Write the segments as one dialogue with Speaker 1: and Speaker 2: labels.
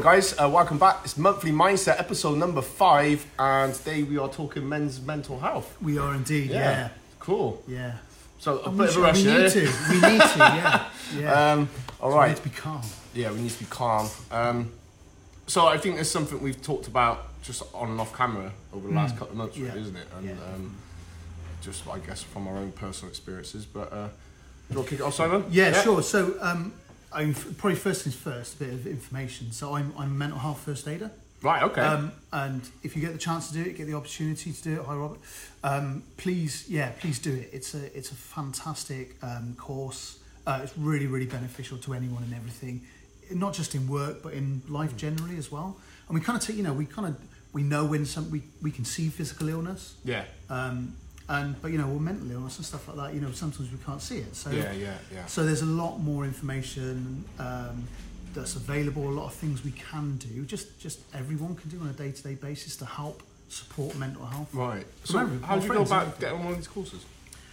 Speaker 1: Guys, uh, welcome back. It's Monthly Mindset, episode number five, and today we are talking men's mental health.
Speaker 2: We are indeed, yeah.
Speaker 1: Cool.
Speaker 2: Yeah.
Speaker 1: So a bit
Speaker 2: And we,
Speaker 1: of a
Speaker 2: should-
Speaker 1: rush
Speaker 2: we
Speaker 1: here.
Speaker 2: need to. We need to, yeah. yeah.
Speaker 1: Um, all
Speaker 2: We need
Speaker 1: right.
Speaker 2: to be calm.
Speaker 1: Yeah, we need to be calm. Um, so I think there's something we've talked about just on and off camera over the last couple of months,
Speaker 2: Mm. Yeah.
Speaker 1: really, isn't it? And
Speaker 2: Yeah.
Speaker 1: um, just, I guess, from our own personal experiences. But uh, do you want to kick it off, Simon?
Speaker 2: Yeah, sure. So, um, I mean, f- probably first things first, a bit of information. So, I'm, I'm a mental health first aider.
Speaker 1: Right, okay.
Speaker 2: Um, and if you get the chance to do it, get the opportunity to do it. Hi, Robert. Um, please, yeah, please do it. It's a it's a fantastic um, course. Uh, it's really really beneficial to anyone and everything, not just in work but in
Speaker 1: Mm.
Speaker 2: life generally as well. And we kind of take you know we kind of we know when some we, we can see physical illness,
Speaker 1: yeah.
Speaker 2: um, and but you know or mental illness and stuff like that. You know sometimes we can't see it. So
Speaker 1: Yeah, yeah, yeah.
Speaker 2: so there's a lot more information um, that's available. A lot of things we can do. Just just everyone can do on a day to day basis to help support mental health.
Speaker 1: Right.
Speaker 2: So
Speaker 1: So,
Speaker 2: remember,
Speaker 1: how
Speaker 2: our
Speaker 1: do you go
Speaker 2: friends and
Speaker 1: about
Speaker 2: everything.
Speaker 1: getting on one of these courses?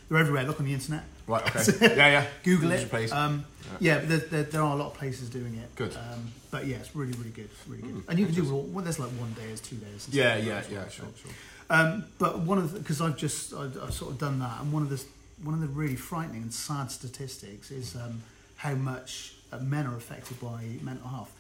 Speaker 2: They're everywhere. Look on the internet.
Speaker 1: Right, okay. yeah, yeah.
Speaker 2: Google
Speaker 1: Easy
Speaker 2: it.
Speaker 1: place.
Speaker 2: Um, yeah, but there, there, there are a lot of places doing it.
Speaker 1: Good. Hmm.
Speaker 2: Um, but yeah, it's really really good. Really good. and you can do all, well, there's like one day, there's two days. and
Speaker 1: Yeah,
Speaker 2: stuff like
Speaker 1: yeah,
Speaker 2: that as well,
Speaker 1: yeah,
Speaker 2: so.
Speaker 1: sure, sure.
Speaker 2: Um, but one of because I've just I've, I've sort of done that, and one of the one of the really frightening and sad statistics is um, how much uh, men are affected by mental health.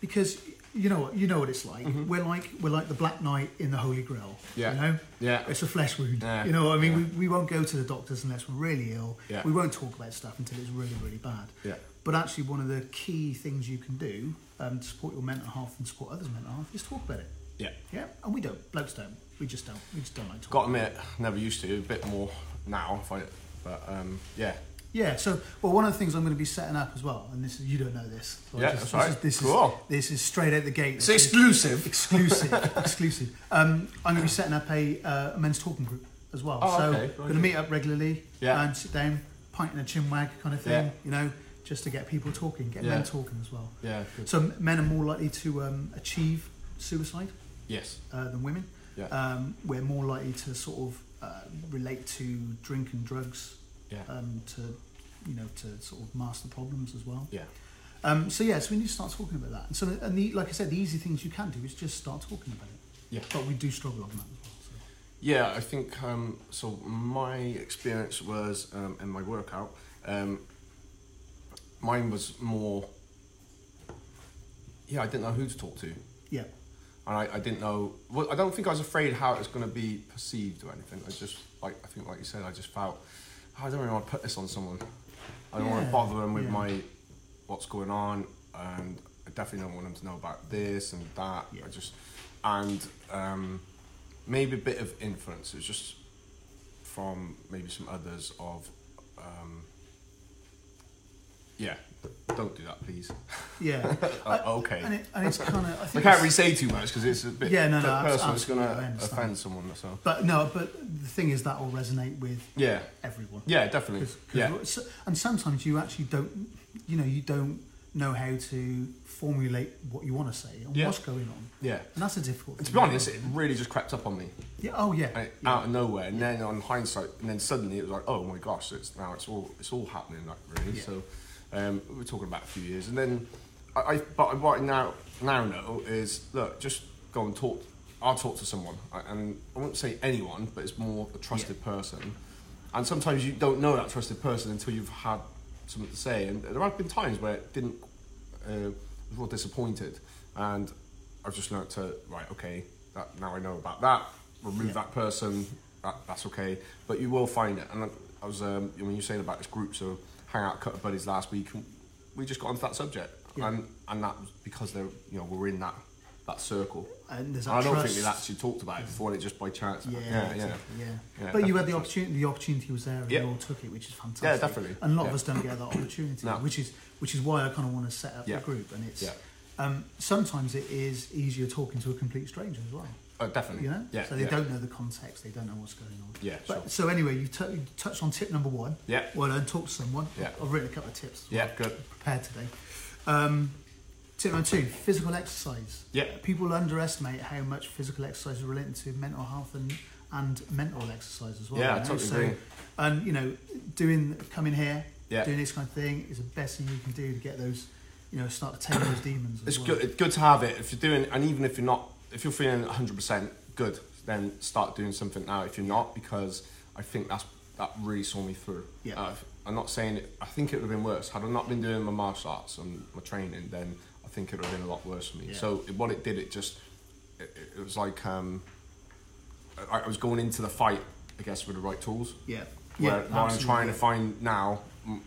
Speaker 2: Because you know what you know what it's like. We're like we're like the Black Knight in the Holy Grail.
Speaker 1: Mm-hmm. Yeah.
Speaker 2: You know.
Speaker 1: Yeah.
Speaker 2: It's a flesh wound.
Speaker 1: Yeah.
Speaker 2: You know what I mean?
Speaker 1: Yeah.
Speaker 2: We, we won't go to the doctors unless we're really ill.
Speaker 1: Yeah.
Speaker 2: We won't talk about stuff until it's really really bad.
Speaker 1: Yeah.
Speaker 2: But actually, one of the key things you can do um, to support your mental health and support others' mental health is talk about it.
Speaker 1: Yeah.
Speaker 2: Yeah, and we don't. Blokes don't. We just don't. We just don't like to.
Speaker 1: Got to admit, never used to, a bit more now, I find it. But um, yeah.
Speaker 2: Yeah. So, well, one of the things I'm going to be setting up as well, and this is you don't know this. So I
Speaker 1: Yeah, that's
Speaker 2: just,
Speaker 1: right.
Speaker 2: This is, this,
Speaker 1: Cool.
Speaker 2: is, this is straight out the gate.
Speaker 1: It's
Speaker 2: This is
Speaker 1: exclusive.
Speaker 2: Exclusive. exclusive. Um, I'm going to be setting up a, uh, a men's talking group as well.
Speaker 1: Oh,
Speaker 2: so
Speaker 1: okay.
Speaker 2: going to meet up regularly
Speaker 1: Yeah.
Speaker 2: and sit down, pint and a chin wag kind of thing.
Speaker 1: Yeah.
Speaker 2: You know, just to get people talking, get
Speaker 1: Yeah.
Speaker 2: men talking as well.
Speaker 1: Yeah. Good.
Speaker 2: So men are more likely to um, achieve suicide.
Speaker 1: Yes.
Speaker 2: uh, than women.
Speaker 1: Yeah.
Speaker 2: Um, we're more likely to sort of uh, relate to drink and drugs
Speaker 1: Yeah.
Speaker 2: um, to, you know, to sort of master problems as well.
Speaker 1: Yeah.
Speaker 2: Um, so yeah, so we need to start talking about that. And so, and the, like I said, the easy things you can do is just start talking about it.
Speaker 1: Yeah.
Speaker 2: But we do struggle on that as well.
Speaker 1: Yeah, I think um, so. My experience was um, in my workout. Um, mine was more. Yeah, I didn't know who to talk to, and
Speaker 2: So yeah,
Speaker 1: I, I didn't know. Well, I don't think I was afraid how it was going to be perceived or anything. I just like I think, like you said, I just felt "Oh, I don't really want to put this on someone. I don't want to
Speaker 2: Yeah,
Speaker 1: bother them with
Speaker 2: yeah.
Speaker 1: my what's going on, and I definitely don't want them to know about this and that.
Speaker 2: Yeah.
Speaker 1: I just and um, maybe a bit of influence. It was just from maybe some others of um, yeah, don't do that, please.
Speaker 2: yeah.
Speaker 1: Uh,
Speaker 2: I-
Speaker 1: okay.
Speaker 2: And, it, and it's kind of I
Speaker 1: I
Speaker 2: think.
Speaker 1: can't
Speaker 2: it's-
Speaker 1: really say too much because it's a bit
Speaker 2: Yeah, no, no, abs-
Speaker 1: personal. It's going
Speaker 2: absolutely, I
Speaker 1: to
Speaker 2: understand.
Speaker 1: offend someone. So
Speaker 2: but no, but the thing is that will resonate with
Speaker 1: yeah,
Speaker 2: everyone.
Speaker 1: yeah, definitely.
Speaker 2: Cause, 'cause
Speaker 1: Yeah,
Speaker 2: we're- so- and sometimes you actually don't, you know, you don't know how to formulate what you want to say and
Speaker 1: Yeah.
Speaker 2: what's going on,
Speaker 1: yeah.
Speaker 2: and that's a difficult.
Speaker 1: To
Speaker 2: thing.
Speaker 1: be honest, it really just crept up on me
Speaker 2: yeah, oh yeah,
Speaker 1: and it-
Speaker 2: yeah.
Speaker 1: out of nowhere, and then on hindsight, and then suddenly it was like, oh my gosh, it's now it's all it's all happening like really.
Speaker 2: Yeah.
Speaker 1: So um, we're talking about a few years, and then I, I but what I now now know is look, just go and talk. I'll talk to someone, I- and I won't say anyone, but it's more a trusted person. And sometimes you don't know that trusted person until you've had something to say. And there have been times where it didn't. Uh, I was more disappointed, and I've just learnt to right. Okay, that now I know about that. Remove
Speaker 2: Yeah.
Speaker 1: that person. That, that's okay. But you will find it. And I, I was um, when you were saying about this group, so hang out, cut buddies last week. And we just got onto that subject,
Speaker 2: Yeah.
Speaker 1: and and that was because they're you know we're in that that circle.
Speaker 2: And there's that
Speaker 1: I don't think
Speaker 2: trust.
Speaker 1: we'd actually talked about it before, and it just by chance.
Speaker 2: yeah,
Speaker 1: yeah, yeah.
Speaker 2: exactly, yeah.
Speaker 1: Yeah,
Speaker 2: But you had
Speaker 1: definitely.
Speaker 2: the opportunity. The opportunity was there, and
Speaker 1: Yeah.
Speaker 2: you all took it, which is fantastic.
Speaker 1: definitely,
Speaker 2: And a lot
Speaker 1: yeah.
Speaker 2: of us don't get that opportunity,
Speaker 1: No.
Speaker 2: which is which is why I kind of want to set up
Speaker 1: Yeah.
Speaker 2: the group. And it's
Speaker 1: Yeah.
Speaker 2: um, sometimes it is easier talking to a complete stranger as well.
Speaker 1: Oh, definitely.
Speaker 2: You know,
Speaker 1: Yeah.
Speaker 2: so they
Speaker 1: yeah.
Speaker 2: don't know the context, they don't know what's going on.
Speaker 1: Yeah,
Speaker 2: But
Speaker 1: sure.
Speaker 2: so anyway, you, t- you touched on tip number one.
Speaker 1: Yeah.
Speaker 2: Well, and talk to someone.
Speaker 1: Yeah.
Speaker 2: I've written a couple of tips. as
Speaker 1: Yeah,
Speaker 2: well,
Speaker 1: good.
Speaker 2: Prepared today. Um, tip number two: physical exercise.
Speaker 1: Yeah.
Speaker 2: People underestimate how much physical exercise is related to mental health and and mental exercise as well.
Speaker 1: Yeah,
Speaker 2: you
Speaker 1: I
Speaker 2: know?
Speaker 1: totally
Speaker 2: so,
Speaker 1: agree.
Speaker 2: And you know, doing coming here,
Speaker 1: Yeah.
Speaker 2: doing this kind of thing is the best thing you can do to get those. you you know start to tame those demons. As
Speaker 1: It's
Speaker 2: well.
Speaker 1: good. It's good to have it if you're doing, and even if you're not, if you're feeling 100 percent good, then start doing something now. If you're not, because I think that's that really saw me through.
Speaker 2: Yeah.
Speaker 1: Uh, I'm not saying it, I think it would have been worse had I not been doing my martial arts and my training. Then I think it would have been a lot worse for me.
Speaker 2: Yeah.
Speaker 1: So it, what it did, it just it, it- it was like um, I, I was going into the fight, I guess, with the right tools.
Speaker 2: Yeah.
Speaker 1: Where,
Speaker 2: yeah.
Speaker 1: where I'm
Speaker 2: absolutely,
Speaker 1: trying
Speaker 2: yeah.
Speaker 1: to find now m-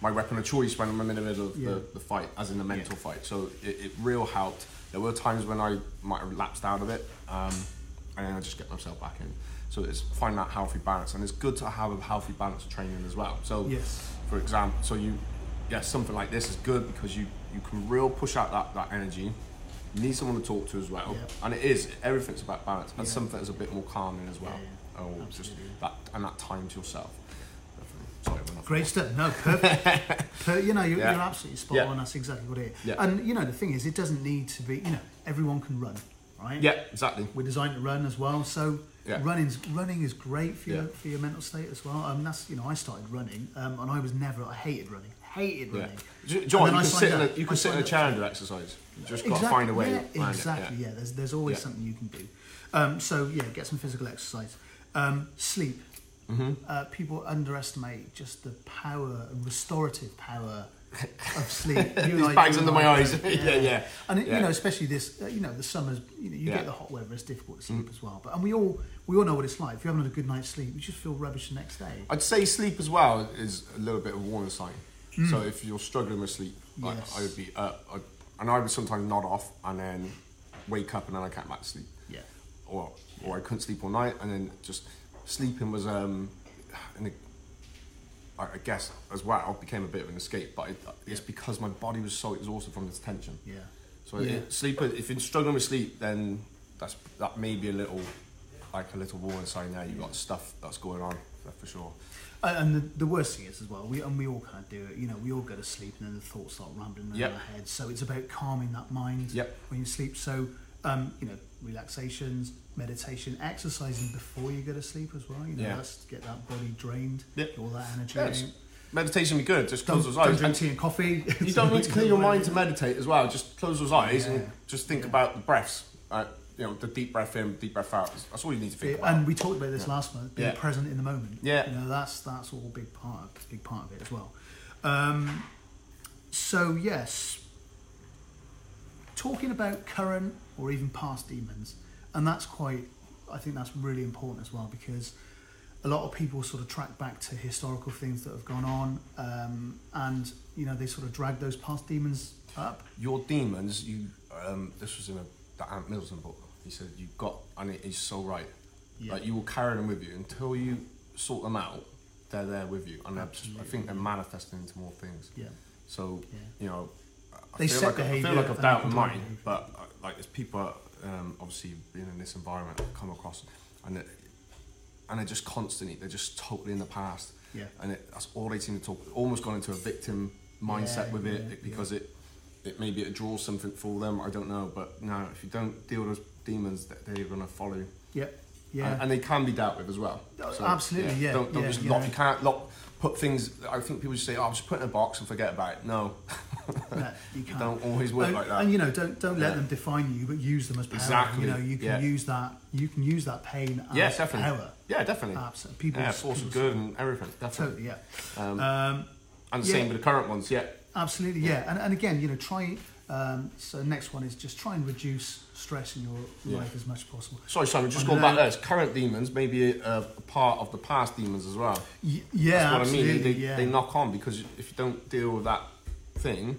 Speaker 1: my weapon of choice when I'm in the middle of
Speaker 2: Yeah.
Speaker 1: the, the fight, as in the mental
Speaker 2: Yeah.
Speaker 1: fight. So it, it real helped. There were times when I might have lapsed out of it, um, and then I just get myself back in. So it's find that healthy balance, and it's good to have a healthy balance of training as well. So
Speaker 2: Yes.
Speaker 1: for example, so you, yeah, something like this is good because you you can real push out that, that energy. You need someone to talk to as well,
Speaker 2: Yeah.
Speaker 1: and it is everything's about balance, and
Speaker 2: Yeah.
Speaker 1: something that's a bit more calming as well.
Speaker 2: Yeah,
Speaker 1: Oh, just
Speaker 2: absolutely.
Speaker 1: that and that time to yourself. Definitely. Sorry, we're not
Speaker 2: Great stuff. No, perfect. per, you know, you're,
Speaker 1: Yeah.
Speaker 2: you're absolutely spot
Speaker 1: Yeah.
Speaker 2: on. That's exactly what it is.
Speaker 1: Yeah.
Speaker 2: And you know, the thing is, it doesn't need to be. You know, everyone can run, right?
Speaker 1: Yeah, exactly.
Speaker 2: We're designed to run as well, so
Speaker 1: Yeah.
Speaker 2: running's running is great for your
Speaker 1: Yeah.
Speaker 2: for your mental state as well. Um, that's you know, I started running, um, and I was never. I hated running. Hated
Speaker 1: Yeah.
Speaker 2: running.
Speaker 1: J-
Speaker 2: And
Speaker 1: John,
Speaker 2: then
Speaker 1: you
Speaker 2: I
Speaker 1: can sit in
Speaker 2: signed
Speaker 1: a,
Speaker 2: up-
Speaker 1: you
Speaker 2: I
Speaker 1: can sit in a
Speaker 2: signed up
Speaker 1: chair and do exercise. You just got to find a way. around it,
Speaker 2: Yeah,
Speaker 1: yeah.
Speaker 2: exactly. Yeah. there's there's always
Speaker 1: Yeah.
Speaker 2: something you can do. Um, so yeah, get some physical exercise. Um, sleep.
Speaker 1: Mm-hmm.
Speaker 2: Uh, people underestimate just the power and restorative power of sleep. You and
Speaker 1: These
Speaker 2: I
Speaker 1: bags
Speaker 2: do,
Speaker 1: under
Speaker 2: like,
Speaker 1: my eyes. Yeah, yeah.
Speaker 2: And it,
Speaker 1: Yeah.
Speaker 2: you know, especially this, uh, you know, the summers. You, know, you
Speaker 1: Yeah. Mm.
Speaker 2: get the hot weather; it's difficult to sleep as well. But and we all we all know what it's like. If you haven't had a good night's sleep, you just feel rubbish the next day.
Speaker 1: I'd say sleep as well is a little bit of a warning sign. So if you're struggling with sleep, like
Speaker 2: Hmm. Yes.
Speaker 1: I would be up, I, and I would sometimes nod off and then wake up and then I can't back to sleep.
Speaker 2: Yeah.
Speaker 1: Or or I couldn't sleep all night and then just sleeping was um, an, I I guess as well became a bit of an escape, but it, uh, it's because my body was so exhausted from this tension.
Speaker 2: Yeah.
Speaker 1: So
Speaker 2: Yeah.
Speaker 1: it, sleep. If you're struggling with sleep, then that's that may be a little like a little warning sign there. You've got stuff that's going on that's for sure.
Speaker 2: Uh, And and the, the worst thing is as well, we and we all kind of do it. You know, we all go to sleep and then the thoughts start rambling around
Speaker 1: Yep.
Speaker 2: our heads. So it's about calming that mind
Speaker 1: Yep.
Speaker 2: when you sleep. So um, you know, relaxations, meditation, exercising before you go to sleep as well. You know,
Speaker 1: Yeah.
Speaker 2: that's to get that body drained,
Speaker 1: Yep.
Speaker 2: get all that energy.
Speaker 1: Yes.
Speaker 2: out.
Speaker 1: Meditation be good. Just
Speaker 2: Don't,
Speaker 1: close those
Speaker 2: don't
Speaker 1: eyes.
Speaker 2: drink
Speaker 1: And
Speaker 2: tea and coffee.
Speaker 1: you don't need to clear your mind to meditate as well. Just close those eyes
Speaker 2: Yeah.
Speaker 1: and just think about the breaths. Uh, you know, the deep breath in, deep breath out. That's all you need to think about.
Speaker 2: and we talked about this last month, being
Speaker 1: Yeah.
Speaker 2: present in the moment.
Speaker 1: Yeah.
Speaker 2: you know that's that's all big part of, big part of it as well. Um, so yes, talking about current or even past demons, and that's quite, I think that's really important as well because a lot of people sort of track back to historical things that have gone on, um, and you know they sort of drag those past demons up.
Speaker 1: Your demons, you. Um, this was in a, the Ant Middleton book. He said you got, and it is so right.
Speaker 2: Yeah.
Speaker 1: Like you will carry them with you until you sort them out. They're there with you, and they're just, I think they're manifesting into more things.
Speaker 2: Yeah.
Speaker 1: So
Speaker 2: Yeah.
Speaker 1: you know, I
Speaker 2: They
Speaker 1: feel
Speaker 2: set
Speaker 1: like, I
Speaker 2: behaviour
Speaker 1: feel like I've
Speaker 2: and
Speaker 1: doubted
Speaker 2: control
Speaker 1: mine,
Speaker 2: behaviour.
Speaker 1: but uh, like there's people um, obviously being in this environment I've come across, and it, and they're just constantly they're just totally in the past.
Speaker 2: Yeah.
Speaker 1: And it, that's all they seem to talk. Almost gone into a victim mindset
Speaker 2: Yeah,
Speaker 1: with it,
Speaker 2: yeah,
Speaker 1: it- because it it maybe it draws something for them. I don't know, but no, if you don't deal with those demons, that they're gonna follow.
Speaker 2: Yep. Yeah.
Speaker 1: And, and they can be dealt with as well.
Speaker 2: Oh, absolutely, yeah,
Speaker 1: Don't, don't
Speaker 2: yeah,
Speaker 1: just
Speaker 2: yeah.
Speaker 1: lock. You can't lock. Put things. I think people just say, "Oh, I'll just put it in a box and forget about it." No,
Speaker 2: No, you
Speaker 1: It
Speaker 2: can't.
Speaker 1: don't always work
Speaker 2: and,
Speaker 1: like that.
Speaker 2: And you know, don't don't let
Speaker 1: Yeah.
Speaker 2: them define you, but use them as power.
Speaker 1: Exactly,
Speaker 2: You know, you can
Speaker 1: yeah.
Speaker 2: use that. You can use that pain as
Speaker 1: Yes, definitely.
Speaker 2: power.
Speaker 1: Yeah, definitely.
Speaker 2: Absolutely. People.
Speaker 1: yeah, force of good and everything. Definitely.
Speaker 2: Totally. Yeah.
Speaker 1: Um,
Speaker 2: Um,
Speaker 1: and the
Speaker 2: yeah.
Speaker 1: same with the current ones. Yeah.
Speaker 2: absolutely. Yeah. And, and again, you know, try. Um, so next one is just try and reduce stress in your
Speaker 1: Yeah.
Speaker 2: life as much as possible.
Speaker 1: Sorry, Simon. Just
Speaker 2: I
Speaker 1: going back
Speaker 2: know.
Speaker 1: there. It's current demons, maybe a, a part of the past demons as well.
Speaker 2: Y- yeah,
Speaker 1: That's what
Speaker 2: absolutely.
Speaker 1: I mean. They, they-
Speaker 2: yeah.
Speaker 1: they knock on because if you don't deal with that thing,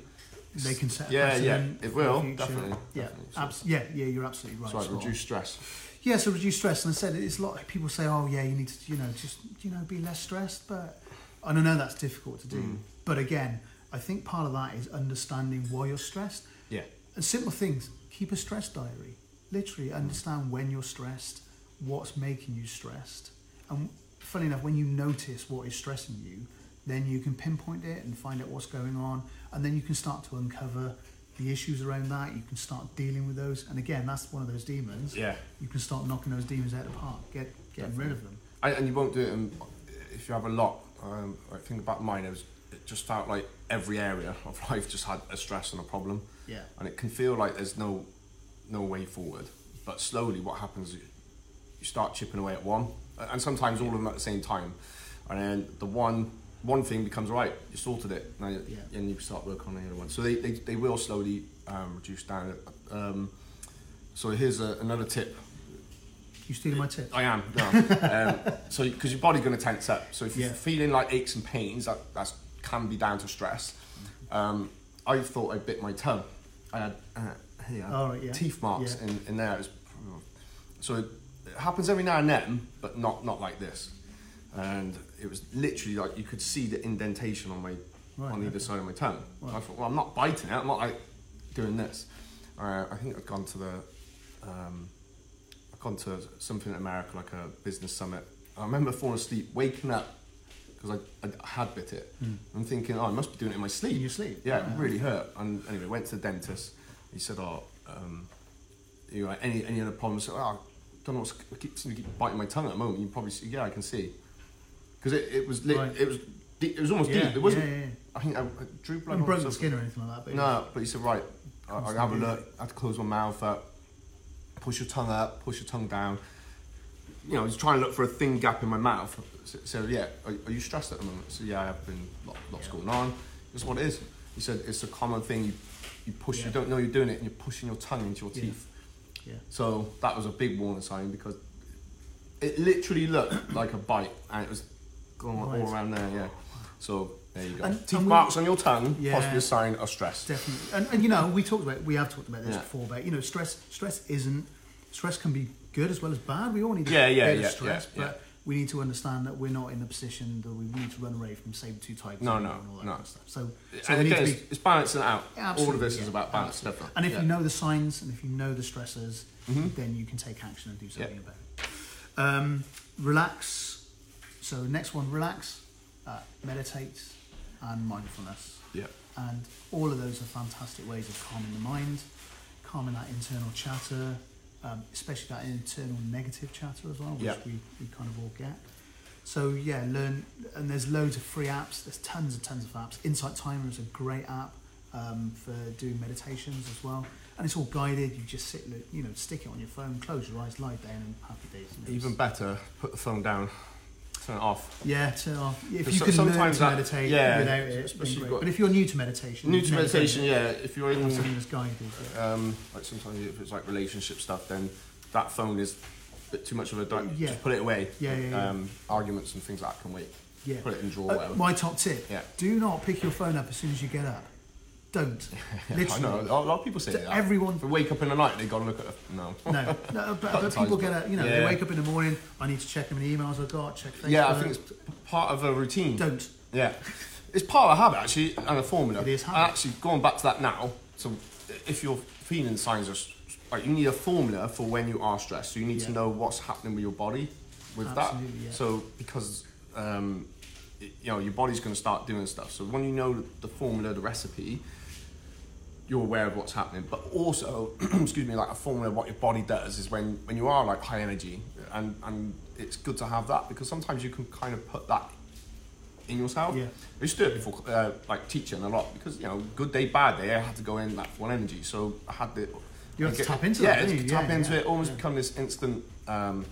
Speaker 2: They can set. a
Speaker 1: Yeah, yeah,
Speaker 2: precedent
Speaker 1: it
Speaker 2: for the
Speaker 1: will,
Speaker 2: future.
Speaker 1: definitely,
Speaker 2: Yeah.
Speaker 1: definitely. So-
Speaker 2: Abs- yeah. Yeah. You're absolutely right.
Speaker 1: it's like
Speaker 2: spot on.
Speaker 1: reduce stress.
Speaker 2: Yeah, so reduce stress, and I said it's a lot. People say, "Oh, yeah, you need to, you know, just you know, be less stressed." But and I know that's difficult to do.
Speaker 1: Mm.
Speaker 2: But again, I think part of that is understanding why you're stressed.
Speaker 1: Yeah.
Speaker 2: And simple things: keep a stress diary.
Speaker 1: Mm.
Speaker 2: Literally, understand when you're stressed, what's making you stressed, and funny enough, when you notice what is stressing you, then you can pinpoint it and find out what's going on, and then you can start to uncover the issues around that. You can start dealing with those, and again, that's one of those demons
Speaker 1: Yeah.
Speaker 2: you can start knocking those demons out of the park, get getting rid of them.
Speaker 1: And, and you won't do it in, if you have a lot. Um, I think about mine. It was it just felt like every area of life just had a stress and a problem.
Speaker 2: Yeah.
Speaker 1: And it can feel like there's no no way forward. But slowly, what happens? is You start chipping away at one, a- and sometimes all of them at the same time. And then the one one thing becomes right. You sorted it, now you,
Speaker 2: Yeah.
Speaker 1: and you start working on the other one. So they they, they will slowly um, reduce down. Um, so here's a, another tip
Speaker 2: You stealing my tip?
Speaker 1: I am. No. um, so because your body's going to tense up. So if
Speaker 2: Yeah.
Speaker 1: you're feeling like aches and pains, that that's, can be down to stress. Um, I thought I bit my tongue. I had uh, here,
Speaker 2: Oh, right, yeah.
Speaker 1: teeth marks
Speaker 2: Yeah.
Speaker 1: in, in there. It was, so it, it happens every now and then, but not not like this. And it was literally like you could see the indentation on my
Speaker 2: Right,
Speaker 1: on either
Speaker 2: okay.
Speaker 1: side of my tongue.
Speaker 2: Right.
Speaker 1: I thought, well, I'm not biting it. I'm not like doing this. Uh, I think I'd gone to the um, I've gone to something in America, like a business summit. I remember falling asleep, waking up because I, I had bit it. I'm thinking, oh, I must be doing it in my sleep.
Speaker 2: In your sleep?
Speaker 1: Yeah,
Speaker 2: Hmm. Yeah.
Speaker 1: it really hurt. And anyway, went to the dentist. He said, oh, um, you know, any any other problems? So, oh, I don't know. What's, I keep, seem to keep biting my tongue at the moment. You can probably see. Yeah, I can see. Because it, it was lit,
Speaker 2: Right.
Speaker 1: it was deep, it was almost
Speaker 2: Yeah,
Speaker 1: deep. It wasn't.
Speaker 2: yeah, yeah, yeah.
Speaker 1: I think I, I drew blood.
Speaker 2: Not
Speaker 1: on
Speaker 2: broken
Speaker 1: myself.
Speaker 2: skin or anything like that. But
Speaker 1: No, but he said, right, I, I have a
Speaker 2: Constantly.
Speaker 1: look. I had to close my mouth up, push your tongue up, push your tongue down. You know, I was trying to look for a thin gap in my mouth. So, so, yeah, are, are you stressed at the moment? So yeah, I have been, lot, lots
Speaker 2: Yeah.
Speaker 1: going on. That's what it is. He said, it's a common thing. You, you push,
Speaker 2: Yeah.
Speaker 1: you don't know you're doing it, and you're pushing your tongue into your
Speaker 2: Yeah.
Speaker 1: teeth.
Speaker 2: Yeah.
Speaker 1: So that was a big warning sign because it literally looked like a bite and it was going
Speaker 2: Right.
Speaker 1: all around there, yeah. So there you go.
Speaker 2: And-
Speaker 1: Teeth
Speaker 2: and we-
Speaker 1: marks on your tongue,
Speaker 2: Yeah.
Speaker 1: possibly a sign of stress.
Speaker 2: Definitely, and, and you know we talked about we have talked about this
Speaker 1: Yeah.
Speaker 2: before, but you know stress stress isn't stress can be good as well as bad. We all need a
Speaker 1: Yeah, yeah,
Speaker 2: bit
Speaker 1: yeah,
Speaker 2: of stress,
Speaker 1: yeah,
Speaker 2: but
Speaker 1: yeah.
Speaker 2: we need to understand that we're not in a position that we need to run away from saber two types.
Speaker 1: No,
Speaker 2: and
Speaker 1: no,
Speaker 2: all that
Speaker 1: no.
Speaker 2: Kind of stuff. So, so
Speaker 1: and again,
Speaker 2: we need
Speaker 1: it's,
Speaker 2: to be
Speaker 1: it's balancing it out. All of
Speaker 2: absolutely,
Speaker 1: this is
Speaker 2: yeah,
Speaker 1: about balance,
Speaker 2: absolutely.
Speaker 1: definitely.
Speaker 2: And if
Speaker 1: yeah. Mm-hmm.
Speaker 2: you know the signs and if you know the stressors, then you can take action and do something
Speaker 1: Yeah.
Speaker 2: about it. Um, relax. So next one, relax, uh, meditate, and mindfulness.
Speaker 1: yeah,
Speaker 2: And all of those are fantastic ways of calming the mind, calming that internal chatter, um, especially that internal negative chatter as well, which
Speaker 1: Yeah.
Speaker 2: we, we kind of all get. So yeah, learn and there's loads of free apps. There's tons and tons of apps. Insight Timer is a great app um, for doing meditations as well, and it's all guided. You just sit, look- you know, stick it on your phone, close your eyes, lie down, and happy days. You know,
Speaker 1: even
Speaker 2: it's-
Speaker 1: better, put the phone down, turn it off.
Speaker 2: yeah, turn it off. If
Speaker 1: But
Speaker 2: you
Speaker 1: so-
Speaker 2: can learn
Speaker 1: sometimes
Speaker 2: to
Speaker 1: that-
Speaker 2: meditate
Speaker 1: yeah,
Speaker 2: without it, it's
Speaker 1: especially
Speaker 2: been great.
Speaker 1: got-
Speaker 2: But if you're new to meditation,
Speaker 1: New to
Speaker 2: meditate-
Speaker 1: meditation, yeah. If you're
Speaker 2: have
Speaker 1: in,
Speaker 2: something that's guided. yeah.
Speaker 1: um, like sometimes if it's like relationship stuff, then that phone is a bit too much of a. Di-
Speaker 2: Yeah.
Speaker 1: Just put it away.
Speaker 2: Yeah, yeah, yeah.
Speaker 1: Um, arguments and things like that can wait.
Speaker 2: Yeah.
Speaker 1: Put it in a drawer,
Speaker 2: Uh,
Speaker 1: whatever.
Speaker 2: my top tip:
Speaker 1: Yeah.
Speaker 2: do not pick your phone up as soon as you get up. Don't.
Speaker 1: I
Speaker 2: Literally.
Speaker 1: know a lot a lot of people say
Speaker 2: To
Speaker 1: that.
Speaker 2: everyone-
Speaker 1: if they wake up in the night, they gotta look at. The, no.
Speaker 2: No, no, but, but
Speaker 1: Sometimes,
Speaker 2: people
Speaker 1: but-
Speaker 2: get a, you know, they
Speaker 1: yeah.
Speaker 2: wake up in the morning. I need to check how many emails I've got. Check Facebook.
Speaker 1: yeah, I think it's p- part of a routine.
Speaker 2: don't.
Speaker 1: Yeah. It's part of a habit, actually, and a formula.
Speaker 2: It is
Speaker 1: And
Speaker 2: habit.
Speaker 1: Actually, going back to that now, so if you're feeling signs of, s- like, you need a formula for when you are stressed. So you need
Speaker 2: Yeah.
Speaker 1: to know what's happening with your body with
Speaker 2: Absolutely,
Speaker 1: that.
Speaker 2: yeah.
Speaker 1: So because, um, it, you know, your body's going to start doing stuff. So when you know the, the formula, the recipe, you're aware of what's happening. But also, excuse me, like a formula of what your body does is when, when you are like high energy, and, and it's good to have that because sometimes you can kind of put that in yourself.
Speaker 2: Yeah.
Speaker 1: I used to do it before, uh, like teaching a lot because you know, good day, bad day, I had to go in that full energy. So I had the
Speaker 2: You have to tap into
Speaker 1: yeah,
Speaker 2: that,
Speaker 1: it's
Speaker 2: don't you?
Speaker 1: tap
Speaker 2: Yeah,
Speaker 1: into
Speaker 2: yeah,
Speaker 1: it, almost
Speaker 2: yeah.
Speaker 1: become this instant, um,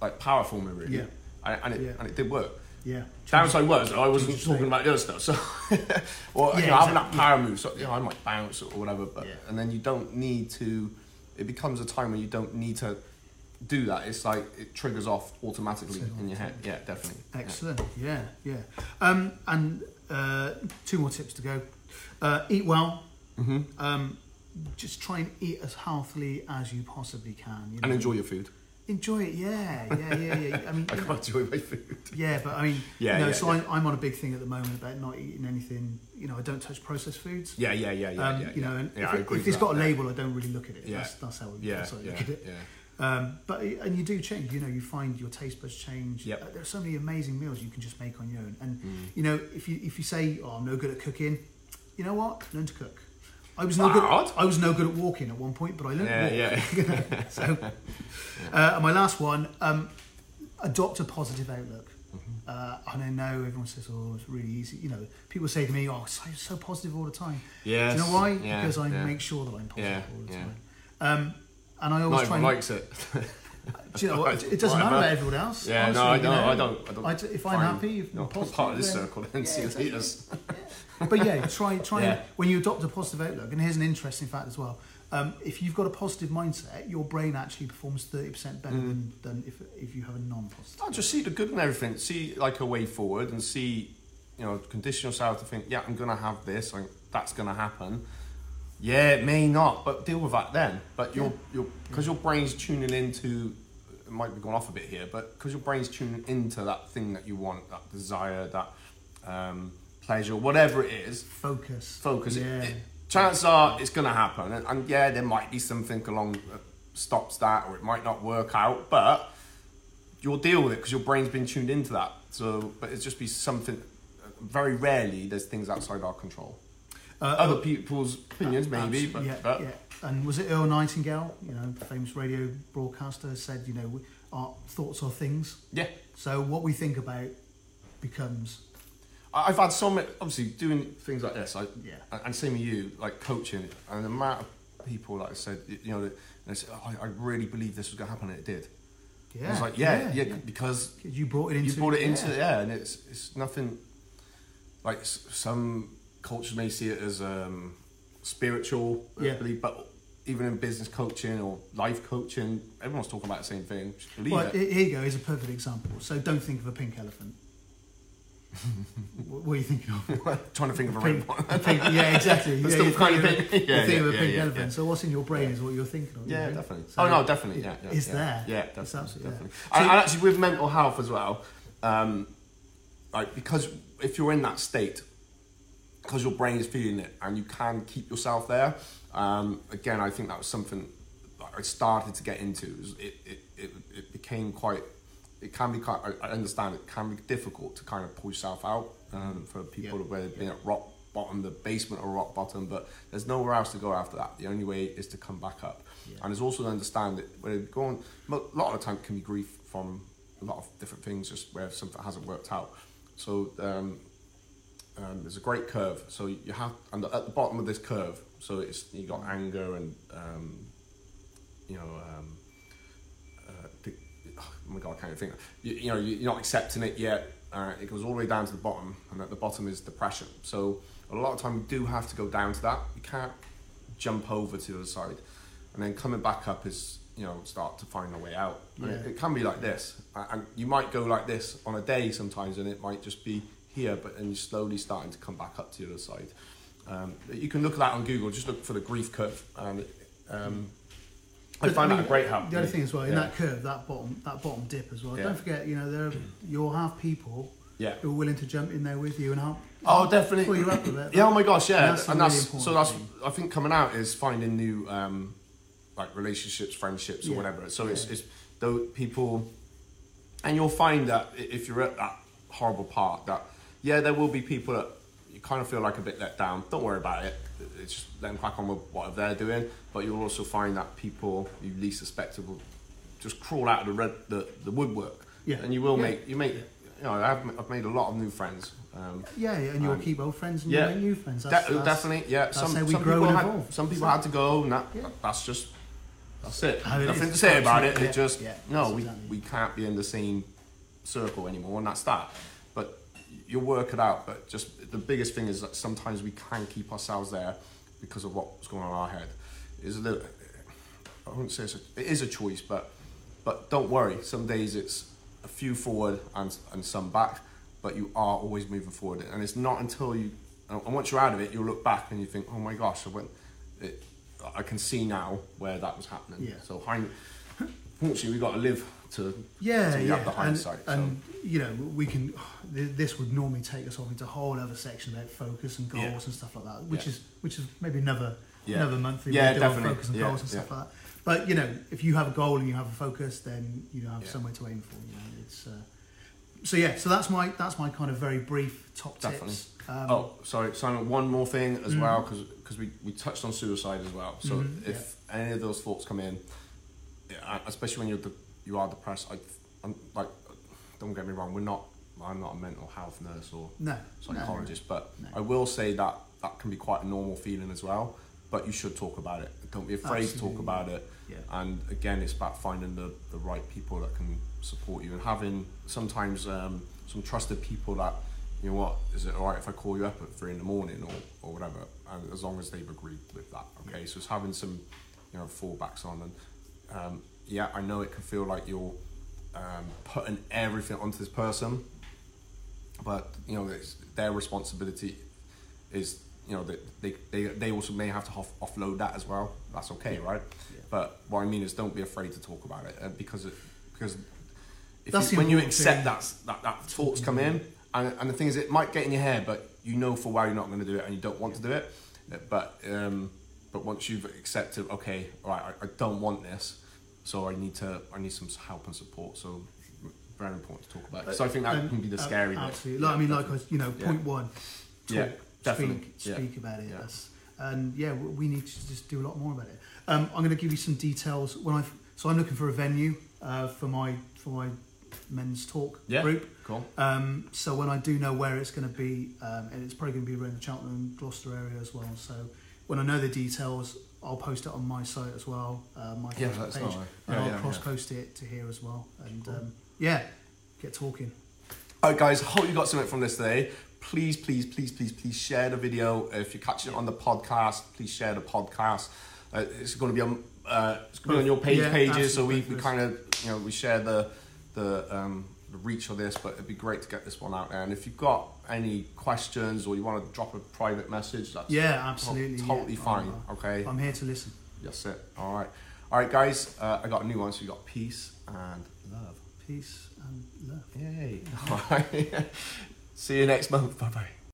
Speaker 1: like power formula, really.
Speaker 2: Yeah.
Speaker 1: And, and it
Speaker 2: Yeah.
Speaker 1: and it did work.
Speaker 2: Yeah.
Speaker 1: Downside was though, I wasn't
Speaker 2: Change your
Speaker 1: talking about the other stuff, so or
Speaker 2: Yeah,
Speaker 1: you know, having that
Speaker 2: exactly.
Speaker 1: power move, so you know, I might bounce or whatever, but
Speaker 2: Yeah.
Speaker 1: and then you don't need to. It becomes a time when you don't need to do that. It's like it triggers off automatically
Speaker 2: Triggers
Speaker 1: in your head. Yeah, definitely. Yeah.
Speaker 2: Excellent. Yeah, yeah. Um, and uh, two more tips to go. Uh, eat well. Mm-hmm. Um, just try and eat as healthily as you possibly can. You know?
Speaker 1: And enjoy your food.
Speaker 2: Enjoy it. Yeah, yeah, yeah, yeah. I mean,
Speaker 1: I
Speaker 2: you know,
Speaker 1: can't enjoy my food.
Speaker 2: Yeah, but I mean,
Speaker 1: Yeah,
Speaker 2: you know,
Speaker 1: yeah,
Speaker 2: so I'm, I'm on a big thing at the moment about not eating anything. You know, I don't touch processed foods.
Speaker 1: Yeah, yeah, yeah, yeah.
Speaker 2: um,
Speaker 1: yeah,
Speaker 2: you
Speaker 1: yeah.
Speaker 2: know, and
Speaker 1: yeah,
Speaker 2: if,
Speaker 1: I
Speaker 2: it,
Speaker 1: agree
Speaker 2: if
Speaker 1: with
Speaker 2: it's got a
Speaker 1: that,
Speaker 2: label, I don't really look at it.
Speaker 1: Yeah.
Speaker 2: That's, that's how I,
Speaker 1: Yeah,
Speaker 2: that's how I
Speaker 1: yeah,
Speaker 2: look at it.
Speaker 1: yeah.
Speaker 2: Um, but and you do change. You know, you find your taste buds change.
Speaker 1: Yep. Mm.
Speaker 2: Uh, there are so many amazing meals you can just make on your own. And you know, if you if you say, "Oh, I'm no good at cooking," you know what? Learn to cook. I was no good.
Speaker 1: Bad.
Speaker 2: I was no good at walking at one point, but I learned. to walk.
Speaker 1: Yeah, yeah.
Speaker 2: so, uh, and my last one: um, adopt a positive outlook.
Speaker 1: Mm-hmm.
Speaker 2: Uh, and I know everyone says, "Oh, it's really easy." You know, people say to me, "Oh, so, so positive all the time." Do you
Speaker 1: Yes,
Speaker 2: know why?
Speaker 1: yeah,
Speaker 2: because I
Speaker 1: yeah.
Speaker 2: make sure that I'm positive
Speaker 1: Yeah,
Speaker 2: all the
Speaker 1: yeah.
Speaker 2: time. Um, and I always
Speaker 1: Not
Speaker 2: try.
Speaker 1: everyone likes
Speaker 2: And,
Speaker 1: it.
Speaker 2: do you know what? It doesn't
Speaker 1: Right,
Speaker 2: matter
Speaker 1: man.
Speaker 2: about everyone else.
Speaker 1: yeah,
Speaker 2: honestly,
Speaker 1: no, I
Speaker 2: you
Speaker 1: don't,
Speaker 2: know.
Speaker 1: I don't. I don't.
Speaker 2: I d- if I'm
Speaker 1: find-
Speaker 2: happy, if
Speaker 1: no,
Speaker 2: I'm positive,
Speaker 1: part of this
Speaker 2: then-
Speaker 1: circle, then
Speaker 2: yeah,
Speaker 1: see you
Speaker 2: exactly.
Speaker 1: later.
Speaker 2: But yeah, try try and
Speaker 1: Yeah.
Speaker 2: when you adopt a positive outlook. And here's an interesting fact as well. Um, if you've got a positive mindset, your brain actually performs thirty percent better
Speaker 1: Mm.
Speaker 2: than, than if if you have a non-positive.
Speaker 1: I just see the good in everything. See like a way forward, and see, you know, condition yourself to think, yeah, I'm gonna have this, and that's gonna happen. Yeah, it may not, but deal with that then. But your your because your brain's tuning into. It might be going off a bit here, but because your brain's tuning into that thing that you want, that desire, that um, pleasure, whatever it is,
Speaker 2: Focus.
Speaker 1: focus.
Speaker 2: Yeah.
Speaker 1: It, it, chances are it's going to happen, and, and yeah, there might be something along that stops that, or it might not work out, but you'll deal with it because your brain's been tuned into that. So, but it's just be something. uh, Very rarely, there's things outside our control. Other people's opinions, maybe,
Speaker 2: Absol-
Speaker 1: but,
Speaker 2: Uh, yeah,
Speaker 1: but
Speaker 2: yeah. And was it Earl Nightingale, you know, famous radio broadcaster, said, you know, our thoughts are things.
Speaker 1: yeah.
Speaker 2: So what we think about becomes
Speaker 1: I- I've had so many, obviously, doing things like this, I,
Speaker 2: Yeah.
Speaker 1: and- and same with you, like coaching, and the amount of people, like I said, you you know, that- they said, oh, I, I really believe this was going to happen, and it did.
Speaker 2: yeah.
Speaker 1: I was like, yeah, yeah,
Speaker 2: yeah.
Speaker 1: because
Speaker 2: 'Cause You brought it into
Speaker 1: you brought it into yeah. and it's it's nothing like s- some cultures may see it as um spiritual
Speaker 2: Yeah.
Speaker 1: yeah. belief, but even in business coaching or life coaching everyone's talking about the same thing just believe
Speaker 2: Well,
Speaker 1: it
Speaker 2: he- here you go. Here's a perfect example. So don't think of a pink elephant. what, what are you thinking of?
Speaker 1: trying to think of a red
Speaker 2: Pink,
Speaker 1: one
Speaker 2: a pink, yeah, exactly.
Speaker 1: That's
Speaker 2: yeah,
Speaker 1: the
Speaker 2: you're
Speaker 1: kind of
Speaker 2: thinking
Speaker 1: pink-
Speaker 2: you're
Speaker 1: yeah,
Speaker 2: thinking
Speaker 1: yeah,
Speaker 2: of a
Speaker 1: yeah,
Speaker 2: pink
Speaker 1: yeah,
Speaker 2: elephant.
Speaker 1: yeah.
Speaker 2: So what's in your brain is what you're thinking of. you
Speaker 1: yeah
Speaker 2: know?
Speaker 1: definitely
Speaker 2: So
Speaker 1: oh no definitely yeah,
Speaker 2: it-
Speaker 1: yeah
Speaker 2: it's
Speaker 1: yeah.
Speaker 2: there.
Speaker 1: yeah definitely,
Speaker 2: It's absolutely
Speaker 1: definitely.
Speaker 2: there.
Speaker 1: And, and actually with mental health as well um like because if you're in that state because your brain is feeling it and you can keep yourself there. Um, again, I think that was something that I started to get into. It, was- it, it, it, it became quite, it can be quite, I, I understand it can be difficult to kind of pull yourself out um, for people
Speaker 2: Yeah.
Speaker 1: where they've been at rock bottom, the basement or rock bottom, but there's nowhere else to go after that. The only way is to come back up.
Speaker 2: Yeah.
Speaker 1: And it's also to understand that when it going, a lot of the time it can be grief from a lot of different things, just where something hasn't worked out. So um, um, there's a great curve. So you have and at the bottom of this curve, so it's you got anger and um, you know, um, uh, the, oh my god, I can't even think. You, you know, you, you're not accepting it yet. Uh, it goes all the way down to the bottom, and at the bottom is depression. So a lot of time you do have to go down to that. You can't jump over to the other side, and then coming back up is you know start to find a way out. And it,
Speaker 2: Yeah.
Speaker 1: it can be like this, A- and you might go like this on a day sometimes, and it might just be here, but then you're slowly starting to come back up to the other side. Um, you can look at that on Google. Just look for the grief curve, and um, I
Speaker 2: But,
Speaker 1: find
Speaker 2: mean,
Speaker 1: that a great help.
Speaker 2: The other thing as well, in
Speaker 1: Yeah.
Speaker 2: that curve, that bottom, that bottom dip as well.
Speaker 1: Yeah.
Speaker 2: Don't forget, you know, there are, you'll have people
Speaker 1: Yeah.
Speaker 2: who are willing to jump in there with you and help.
Speaker 1: Oh, definitely.
Speaker 2: Pull you up with it.
Speaker 1: Yeah. Oh my gosh. Yeah.
Speaker 2: And
Speaker 1: And
Speaker 2: that's
Speaker 1: that's,
Speaker 2: a really important
Speaker 1: so that's
Speaker 2: thing.
Speaker 1: I think coming out is finding new um, like relationships, friendships, or
Speaker 2: Yeah.
Speaker 1: whatever. So it's
Speaker 2: Yeah.
Speaker 1: it's though people, and you'll find that i- if you're at that horrible part, that yeah, there will be people that you kind of feel like a bit let down. Don't worry about it. It's just let them crack on with what they're doing. But you'll also find that people you least suspect will just crawl out of the red, the, the woodwork.
Speaker 2: Yeah.
Speaker 1: And you will
Speaker 2: Yeah.
Speaker 1: make you make. You know, I've, I've made a lot of new friends. Um,
Speaker 2: Yeah, and you'll
Speaker 1: Um,
Speaker 2: keep old friends and
Speaker 1: yeah.
Speaker 2: you'll make new friends.
Speaker 1: De-
Speaker 2: That's, that's
Speaker 1: definitely, yeah.
Speaker 2: that's
Speaker 1: some,
Speaker 2: how we
Speaker 1: some
Speaker 2: grow
Speaker 1: people
Speaker 2: and
Speaker 1: had,
Speaker 2: evolve.
Speaker 1: Some people had to go, and that,
Speaker 2: Yeah.
Speaker 1: that's just that's it.
Speaker 2: How it
Speaker 1: Nothing
Speaker 2: is.
Speaker 1: to say about it.
Speaker 2: Yeah,
Speaker 1: It just
Speaker 2: yeah,
Speaker 1: no,
Speaker 2: that's
Speaker 1: we,
Speaker 2: exactly.
Speaker 1: we can't be in the same circle anymore, and that's that. But you'll work it out. But just the biggest thing is that sometimes we can keep ourselves there because of what's going on in our head. Is that I wouldn't say it's a, it is a choice, but but don't worry. Some days it's a few forward and and some back, but you are always moving forward. And it's not until you and and once you're out of it, you'll look back and you think, oh my gosh, I went. It, I can see now where that was happening.
Speaker 2: Yeah.
Speaker 1: So hind, fortunately, we got to live to
Speaker 2: yeah,
Speaker 1: to
Speaker 2: yeah.
Speaker 1: have the hindsight.
Speaker 2: and, and you know, we can. th- This would normally take us off into a whole other section about focus and goals
Speaker 1: Yeah.
Speaker 2: and stuff like that, which
Speaker 1: Yeah.
Speaker 2: is which is maybe another
Speaker 1: Yeah.
Speaker 2: another monthly.
Speaker 1: Yeah,
Speaker 2: we do our
Speaker 1: definitely.
Speaker 2: Focus and
Speaker 1: Yeah,
Speaker 2: goals and stuff
Speaker 1: yeah.
Speaker 2: like that. But you know, if you have a goal and you have a focus, then you have
Speaker 1: Yeah.
Speaker 2: somewhere to aim for. You know, it's. Uh, so yeah, so that's my that's my kind of very brief top
Speaker 1: Definitely.
Speaker 2: tips. Um, Mm.
Speaker 1: oh, sorry, Simon. One more thing as well, 'cause well, because we, we touched on suicide as well. So
Speaker 2: Mhm,
Speaker 1: if any of those thoughts come in, yeah, I- especially when you're de- you are depressed, I, I'm like, don't get me wrong, we're not I'm not a mental health nurse or
Speaker 2: No,
Speaker 1: psychologist, but
Speaker 2: No.
Speaker 1: I will say that that can be quite a normal feeling as well. But you should talk about it. Don't be afraid to
Speaker 2: Absolutely.
Speaker 1: talk about it.
Speaker 2: Yeah.
Speaker 1: And again, it's about finding the, the right people that can support you and having sometimes um, some trusted people that, you know what, is it all right if I call you up at three in the morning or, or whatever? And as long as they've agreed with that, okay? So it's having some, you know, fallbacks on. And um, yeah, I know it can feel like you're um, putting everything onto this person, but you know it's their responsibility is you know that they, they they also may have to off, offload that as well that's okay right
Speaker 2: Yeah.
Speaker 1: but what i mean is don't be afraid to talk about it uh, because it because if
Speaker 2: That's
Speaker 1: you,
Speaker 2: the
Speaker 1: when you
Speaker 2: important
Speaker 1: accept
Speaker 2: thing.
Speaker 1: that that, that thoughts come in and, and the thing is it might get in your hair but you know for a while you're not going to do it and you don't want to do it Uh, but um but once you've accepted okay all right I, I don't want this so i need to i need some help and support so very important to talk about so i think that
Speaker 2: Um,
Speaker 1: can be the
Speaker 2: uh,
Speaker 1: scary bit.
Speaker 2: Absolutely. Like, I mean, like I, was- you know,
Speaker 1: Yeah.
Speaker 2: point one. Talk,
Speaker 1: Yeah, definitely.
Speaker 2: Speak,
Speaker 1: Yeah.
Speaker 2: speak about it.
Speaker 1: Yeah.
Speaker 2: That's, and yeah, we we need to just do a lot more about it. Um, I'm going to give you some details when I. So I'm looking for a venue uh, for my for my men's talk
Speaker 1: Yeah.
Speaker 2: group.
Speaker 1: Cool.
Speaker 2: Um, so when I do know where it's going to be, um, and it's probably going to be around the Cheltenham, Gloucester area as well. So when I know the details, I'll post it on my site as well, uh, my
Speaker 1: Yeah,
Speaker 2: Facebook
Speaker 1: that's
Speaker 2: page,
Speaker 1: not right.
Speaker 2: and
Speaker 1: Yeah,
Speaker 2: I'll
Speaker 1: yeah,
Speaker 2: cross
Speaker 1: yeah.
Speaker 2: post it to here as well. And um, yeah, get talking.
Speaker 1: All right, guys. Hope you got something from this today. Please, please, please, please, please share the video. If you're catching it on the podcast, please share the podcast. Uh, it's going to be on. Uh, it's going to be on your page
Speaker 2: Yeah,
Speaker 1: pages. So we,
Speaker 2: absolutely.
Speaker 1: we kind of you know we share the the um, the reach of this, but it'd be great to get this one out there. And if you've got any questions or you want to drop a private message, that's
Speaker 2: Yeah, absolutely.
Speaker 1: to- totally
Speaker 2: yeah.
Speaker 1: fine.
Speaker 2: I'm, uh,
Speaker 1: okay.
Speaker 2: I'm here to listen.
Speaker 1: That's it. All right. All right, guys. Uh, I got a new one. So you got peace and love.
Speaker 2: Peace and love.
Speaker 1: Yay. All right. See you next month. Bye bye.